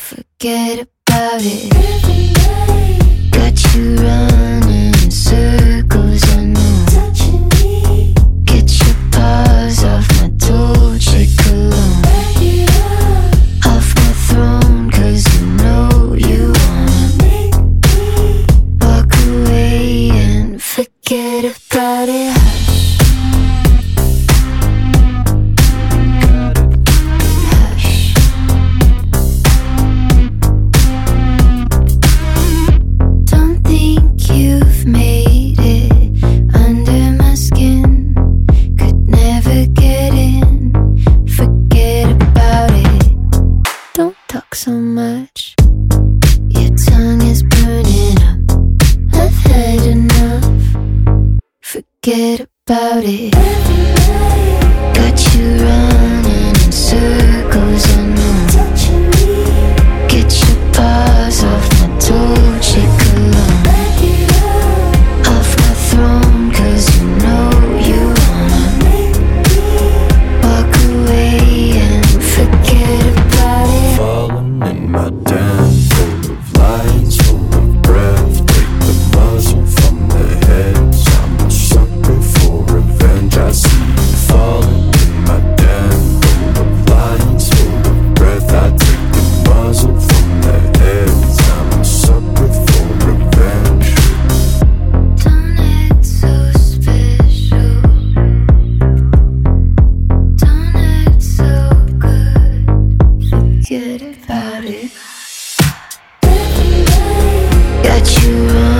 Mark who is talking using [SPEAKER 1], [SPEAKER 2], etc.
[SPEAKER 1] forget about it. Got you running in circles, I know. Get your paws off my Dolce Cologne. Off my throne, cause you know you wanna walk away and forget about it. Hush. Don't think you've made it under my skin. Could never get in. Forget about it. Don't talk so much. Your tongue is burning up. I've had enough. Forget about it. Got you running in circles, I know. Get your paws off my Dolce Cologne. Off my throne, cause you know you wanna walk away and forget about it.
[SPEAKER 2] Falling in my dance, full of lights, full of breath. Take the muzzle from the heads. I'm a sucker for revenge. I see you falling in my dance, full of lights, full of breath. I take the muzzle from the heads. I'm a sucker for revenge.
[SPEAKER 1] Don't act so special. Don't act so good. Forget about it. Got you wrong.